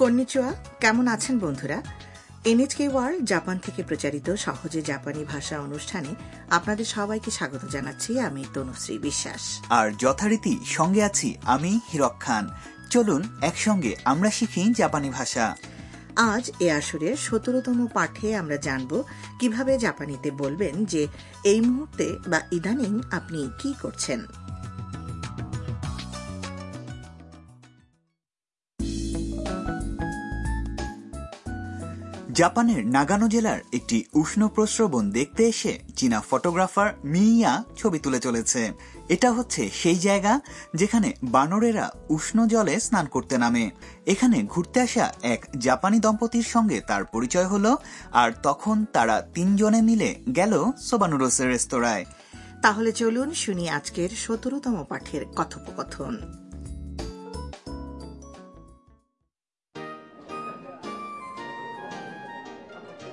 কন্নিচুয়া কেমন আছেন বন্ধুরা এনএচকে ওয়ার্ল্ড জাপান থেকে প্রচারিত সহজে জাপানি ভাষা অনুষ্ঠানে আপনাদের সবাইকে স্বাগত জানাচ্ছি আমি তনুশ্রী বিশ্বাস আর যথারীতি সঙ্গে আছি আমি হিরক খান চলুন একসঙ্গে আমরা শিখি জাপানি ভাষা আজ এ আসরের সতেরোতম পাঠে আমরা জানব কিভাবে জাপানিতে বলবেন যে এই মুহূর্তে বা ইদানিং আপনি কি করছেন জাপানের নাগানো জেলার একটি উষ্ণ প্রস্রবণ দেখতে এসে চীনা ফটোগ্রাফার মিয়া ছবি তুলে চলেছে এটা হচ্ছে সেই জায়গা যেখানে বানরেরা উষ্ণ জলে স্নান করতে নামে এখানে ঘুরতে আসা এক জাপানি দম্পতির সঙ্গে তার পরিচয় হলো আর তখন তারা তিনজনে মিলে গেল সোবানুরোসের রেস্তোরাঁয় তাহলে চলুন শুনি আজকের সতেরোতম পাঠের কথোপকথন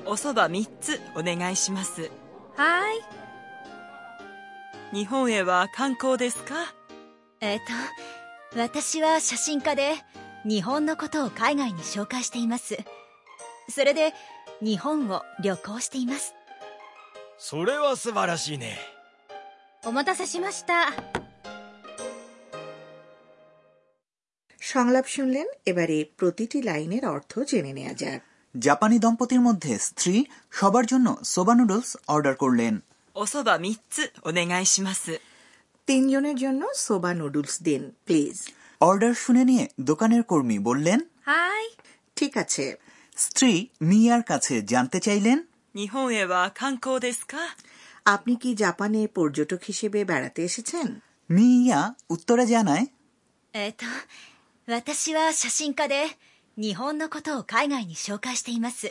おそば3つお願いしますはーい。日本へは観光ですかえっ、と、私は写真家で、日本のことを海外に紹介しています。それで、日本を旅行しています。それは素晴らしいねお待たせしました。 সংলাপ শুনলেন এবারে প্রতিটি লাইনের অর্থ জেনে নেওয়া যাক জাপানি দম্পতির মধ্যে স্ত্রী সবার জন্য সোবা নুডলস অর্ডার করলেন おそば3つお願いします。 তিনজনের জন্য সোবা নুডলস দিন প্লিজ অর্ডার শুনে নিয়ে দোকানের কর্মী বললেন は ঠিক আছে স্ত্রী মিয়ার কাছে জানতে চাইলেন 日本へは観光ですか আপনি কি জাপানে পর্যটক হিসেবে বেড়াতে এসেছেন মিয়া উত্তরে জানায় ーい。えっ、と、私は写真家で、日本のことを海外に紹介しています。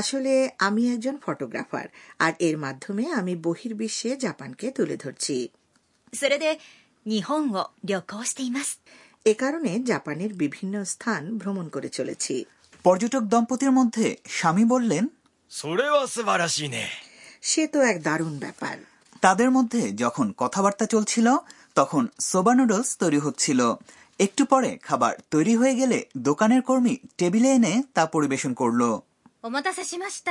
আসলে আমি একজন ফটোগ্রাফার আর এর মাধ্যমে আমি বহির্বিশ্বে জাপানকে তুলে ধরছি それで、日本を旅行しています。 এ কারণে জাপানের বিভিন্ন স্থান ভ্রমণ করে চলেছি পর্যটক দম্পতির মধ্যে স্বামী বললেন それは素晴らしいね সে তো এক দারুণ ব্যাপার তাদের মধ্যে যখন কথাবার্তা চলছিল তখন সোবা নুডলস তৈরি হচ্ছিল একটু পরে খাবার তৈরি হয়ে গেলে দোকানের কর্মী টেবিলে এনে তা পরিবেশন করলো お待たせしました。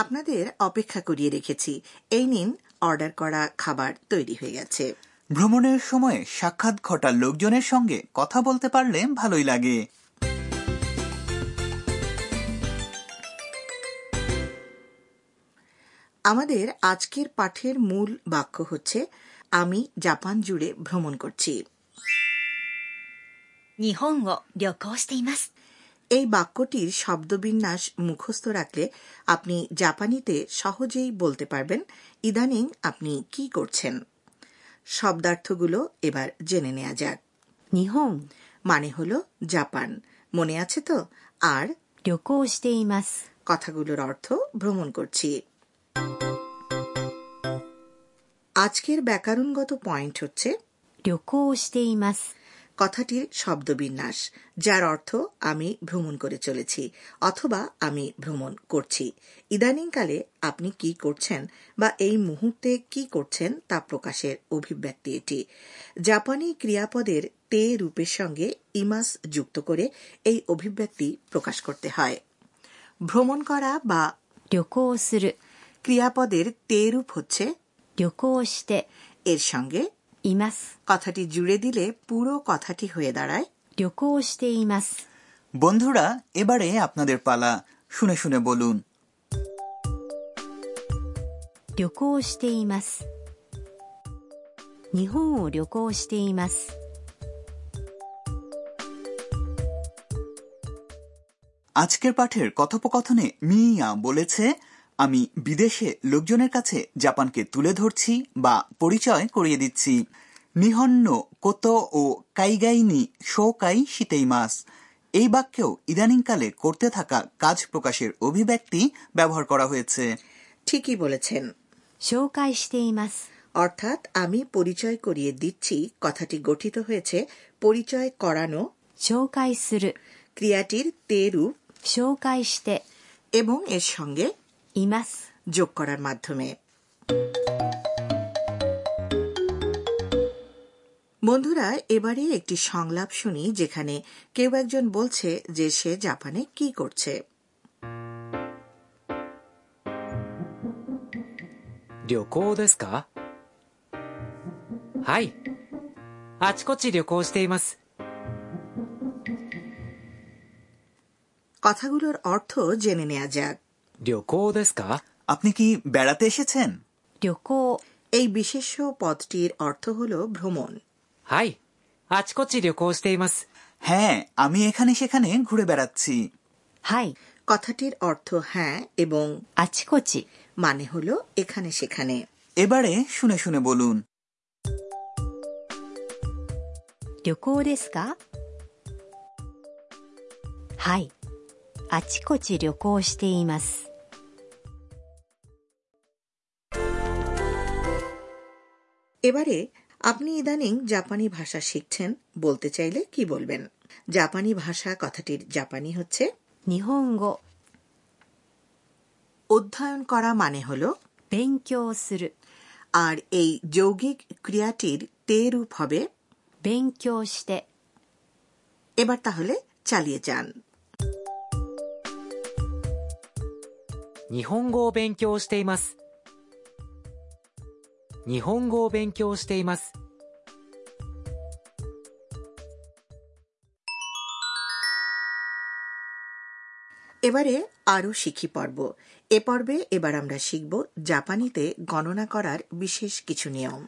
আপনাদের অপেক্ষা করিয়ে রেখেছি এই নিন অর্ডার করা খাবার তৈরি হয়ে গেছে ভ্রমণের সময়ে সাক্ষাৎ ঘটা লোকজনের সঙ্গে কথা বলতে পারলে ভালোই লাগে আমাদের আজকের পাঠের মূল বাক্য হচ্ছে আমি জাপান জুড়ে ভ্রমণ করছি 日本を旅行しています。 এই বাক্যটির শব্দবিন্যাস মুখস্থ রাখলে আপনি জাপানিতে সহজেই বলতে পারবেন ইদানিং আপনি কি করছেন শব্দার্থগুলো এবার জেনে নেওয়া যাক নিহং মানে হলো জাপান মনে আছে তো আর 旅行しています。 কথাগুলোর অর্থ ভ্রমণ করছি আজকের ব্যাকরণগত পয়েন্ট হচ্ছে 旅行しています。 কথাটির শব্দবিন্যাস যার অর্থ আমি ভ্রমণ করে চলেছি অথবা আমি ভ্রমণ করছি ইদানিংকালে আপনি কি করছেন বা এই মুহূর্তে কি করছেন তা প্রকাশের অভিব্যক্তি এটি জাপানি ক্রিয়াপদের তে রূপের সঙ্গে ইমাস যুক্ত করে এই অভিব্যক্তি প্রকাশ করতে হয় ভ্রমণ করা বা 旅行する ক্রিয়াপদের তে রূপ হচ্ছে 旅行して এর সঙ্গে います কথাটি জুড়ে দিলে পুরো কথাটি হয়ে দাঁড়ায় 旅行しています বন্ধুরা এবারে আপনাদের পালা শুনে শুনে বলুন 旅行しています日本を旅行していますは আজকের পাঠের কথোপকথনে মিয়া বলেছে আমি বিদেশে লোকজনের কাছে জাপানকে তুলে ধরছি বা পরিচয় করিয়ে দিচ্ছি নিহন্ন কোত ও কাইগাইনি শোকাই শীতেই মাস এই বাক্যেও ইদানিংকালে করতে থাকা কাজ প্রকাশের অভিব্যক্তি ব্যবহার করা হয়েছে ঠিকই বলেছেন 紹介しています。 অর্থাৎ আমি পরিচয় করিয়ে দিচ্ছি কথাটি গঠিত হয়েছে পরিচয় করানো 紹介する。 ক্রিয়াটির তে রূপ 紹介して、 এবং এর সঙ্গে います。 যোগ করার মাধ্যমে বন্ধুরা এবারে একটি সংলাপ শুনি যেখানে কেউ একজন বলছে যে সে জাপানে কি করছে 旅行ですかはいあちこち旅行しています কথাগুলোর অর্থ জেনে নেওয়া যাক 旅行ですか আপনি কি বেড়াতে এসেছেন 旅行、 এই বিশেষ্য পদটির অর্থ হল ভ্রমণ はいあちこち旅行しています হ্যাঁ আমি এখানে সেখানে ঘুরে বেড়াচ্ছি はい、 কথাটির অর্থ হ্যাঁ এবং あちこち、 মানে হল এখানে সেখানে এবারে শুনে শুনে বলুন 旅行ですかはい、あちこち旅行しています。 এবারে আপনি ইদানিং জাপানি ভাষা শিখছেন বলতে চাইলে কি বলবেন জাপানি ভাষা কথাটির জাপানি হচ্ছে 日本語、 অধ্যয়ন করা মানে হল 勉強する、 আর এই যৌগিক ক্রিয়াটির তে রূপ হবে 勉強して、 এবার তাহলে চালিয়ে যান 日本語を勉強しています日本語を勉強しています এবারে আরও শিখি পর্ব এ পর্বে এবার আমরা শিখব জাপানিতে গণনা করার বিশেষ কিছু নিয়ম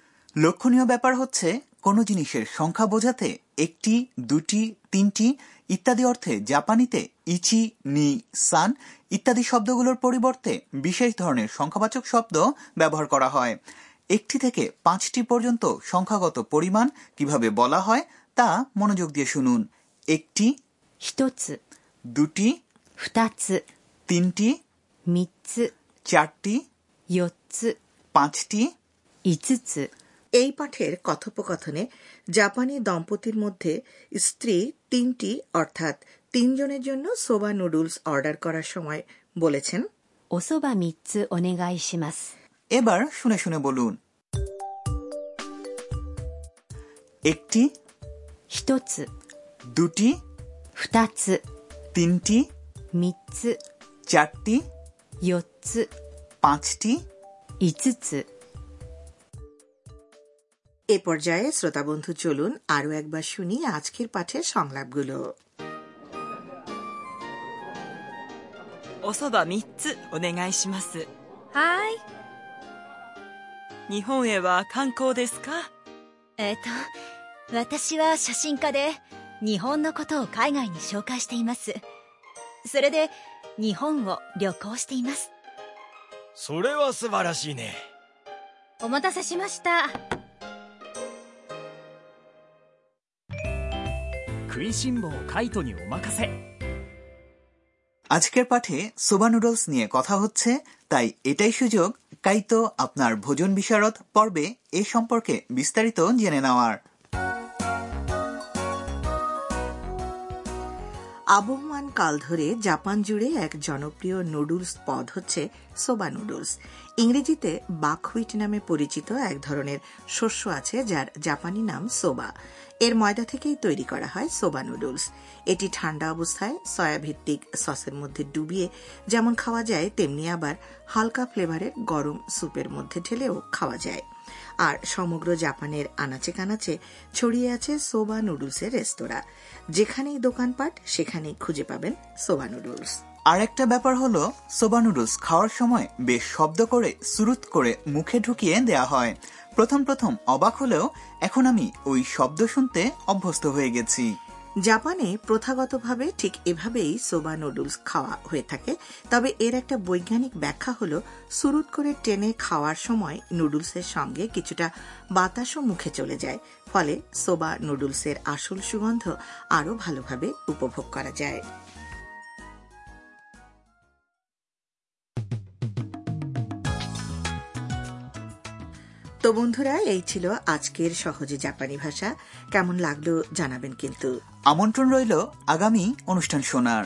লক্ষণীয় ব্যাপার হচ্ছে কোনো জিনিসের সংখ্যা বোঝাতে একটি দুটি তিনটি ইত্যাদি অর্থে জাপানিতে ইচি নি সান ইত্যাদি শব্দগুলোর পরিবর্তে বিশেষ ধরনের সংখ্যাবাচক শব্দ ব্যবহার করা হয় একটি থেকে পাঁচটি পর্যন্ত সংখ্যাগত পরিমাণ কিভাবে বলা হয় তা মনোযোগ দিয়ে শুনুন একটি 一つ、 দুটি 二つ、 তিনটি 三つ、 চারটি 四つ、 পাঁচটি 五つ、 এই পাঠের কথোপকথনে জাপানি দম্পতির মধ্যে স্ত্রী তিনটি অর্থাৎ তিনজনের জন্য সোবা নুডলস অর্ডার করার সময় বলেছেন おそば三つお願いします。 এবার শুনে শুনে বলুন একটি 一つ、 দুটি 二つ、 তিনটি 三つ、 চারটি 四つ、 পাঁচটি 五つ、 এ পর্যায়ে শ্রোতাবন্ধু চলুন আরও একবার শুনি আজকের পাঠের সংলাপগুলো おそば3つお願いしますはーい日本へは観光ですかえっ、と私は写真家で日本のことを海外に紹介していますそれで日本を旅行していますそれは素晴らしいね。お待たせしました食いしん坊カイトにお任せ আজকের পাঠে সোবা নুডলস নিয়ে কথা হচ্ছে তাই এটাই সুযোগ কাইতো আপনার ভোজন বিশারদ পর্বে এ সম্পর্কে বিস্তারিত জেনে নেওয়ার আবহমান কাল ধরে জাপান জুড়ে এক জনপ্রিয় নুডলস পদ হচ্ছে সোবা নুডলস ইংরেজিতে বাকহুইট নামে পরিচিত এক ধরনের শস্য আছে যার জাপানি নাম সোবা এর ময়দা থেকেই তৈরি করা হয় সোবা নুডলস এটি ঠান্ডা অবস্থায় সয়াভিত্তিক সসের মধ্যে ডুবিয়ে যেমন খাওয়া যায় তেমনি আবার হালকা ফ্লেভারের গরম স্যুপের মধ্যে ঢেলেও খাওয়া যায় আর সমগ্র জাপানের আনাচে কানাচে ছড়িয়ে আছে সোবা নুডলসের রেস্তোরাঁ যেখানেই দোকানপাট সেখানেই খুঁজে পাবেন সোবা নুডলস আর একটা ব্যাপার হলো সোবা নুডলস খাওয়ার সময় বেশ শব্দ করে সুরুত করে মুখে ঢুকিয়ে দেয়া হয় প্রথম প্রথম অবাক হলেও এখন আমি ওই শব্দ শুনতে অভ্যস্ত হয়ে গেছি জাপানে প্রথাগতভাবে ঠিক এভাবেই সোবা নুডলস খাওয়া হয়ে থাকে তবে এর একটা বৈজ্ঞানিক ব্যাখ্যা হলো সুরুত করে টেনে খাওয়ার সময় নুডলসের সঙ্গে কিছুটা বাতাসও মুখে চলে যায় ফলে সোবা নুডলসের আসল সুগন্ধ আরও ভালোভাবে উপভোগ করা যায় তো বন্ধুরা এই ছিল আজকের সহজে জাপানি ভাষা কেমন লাগলো জানাবেন কিন্তু আমন্ত্রণ রইল আগামী অনুষ্ঠান শোনার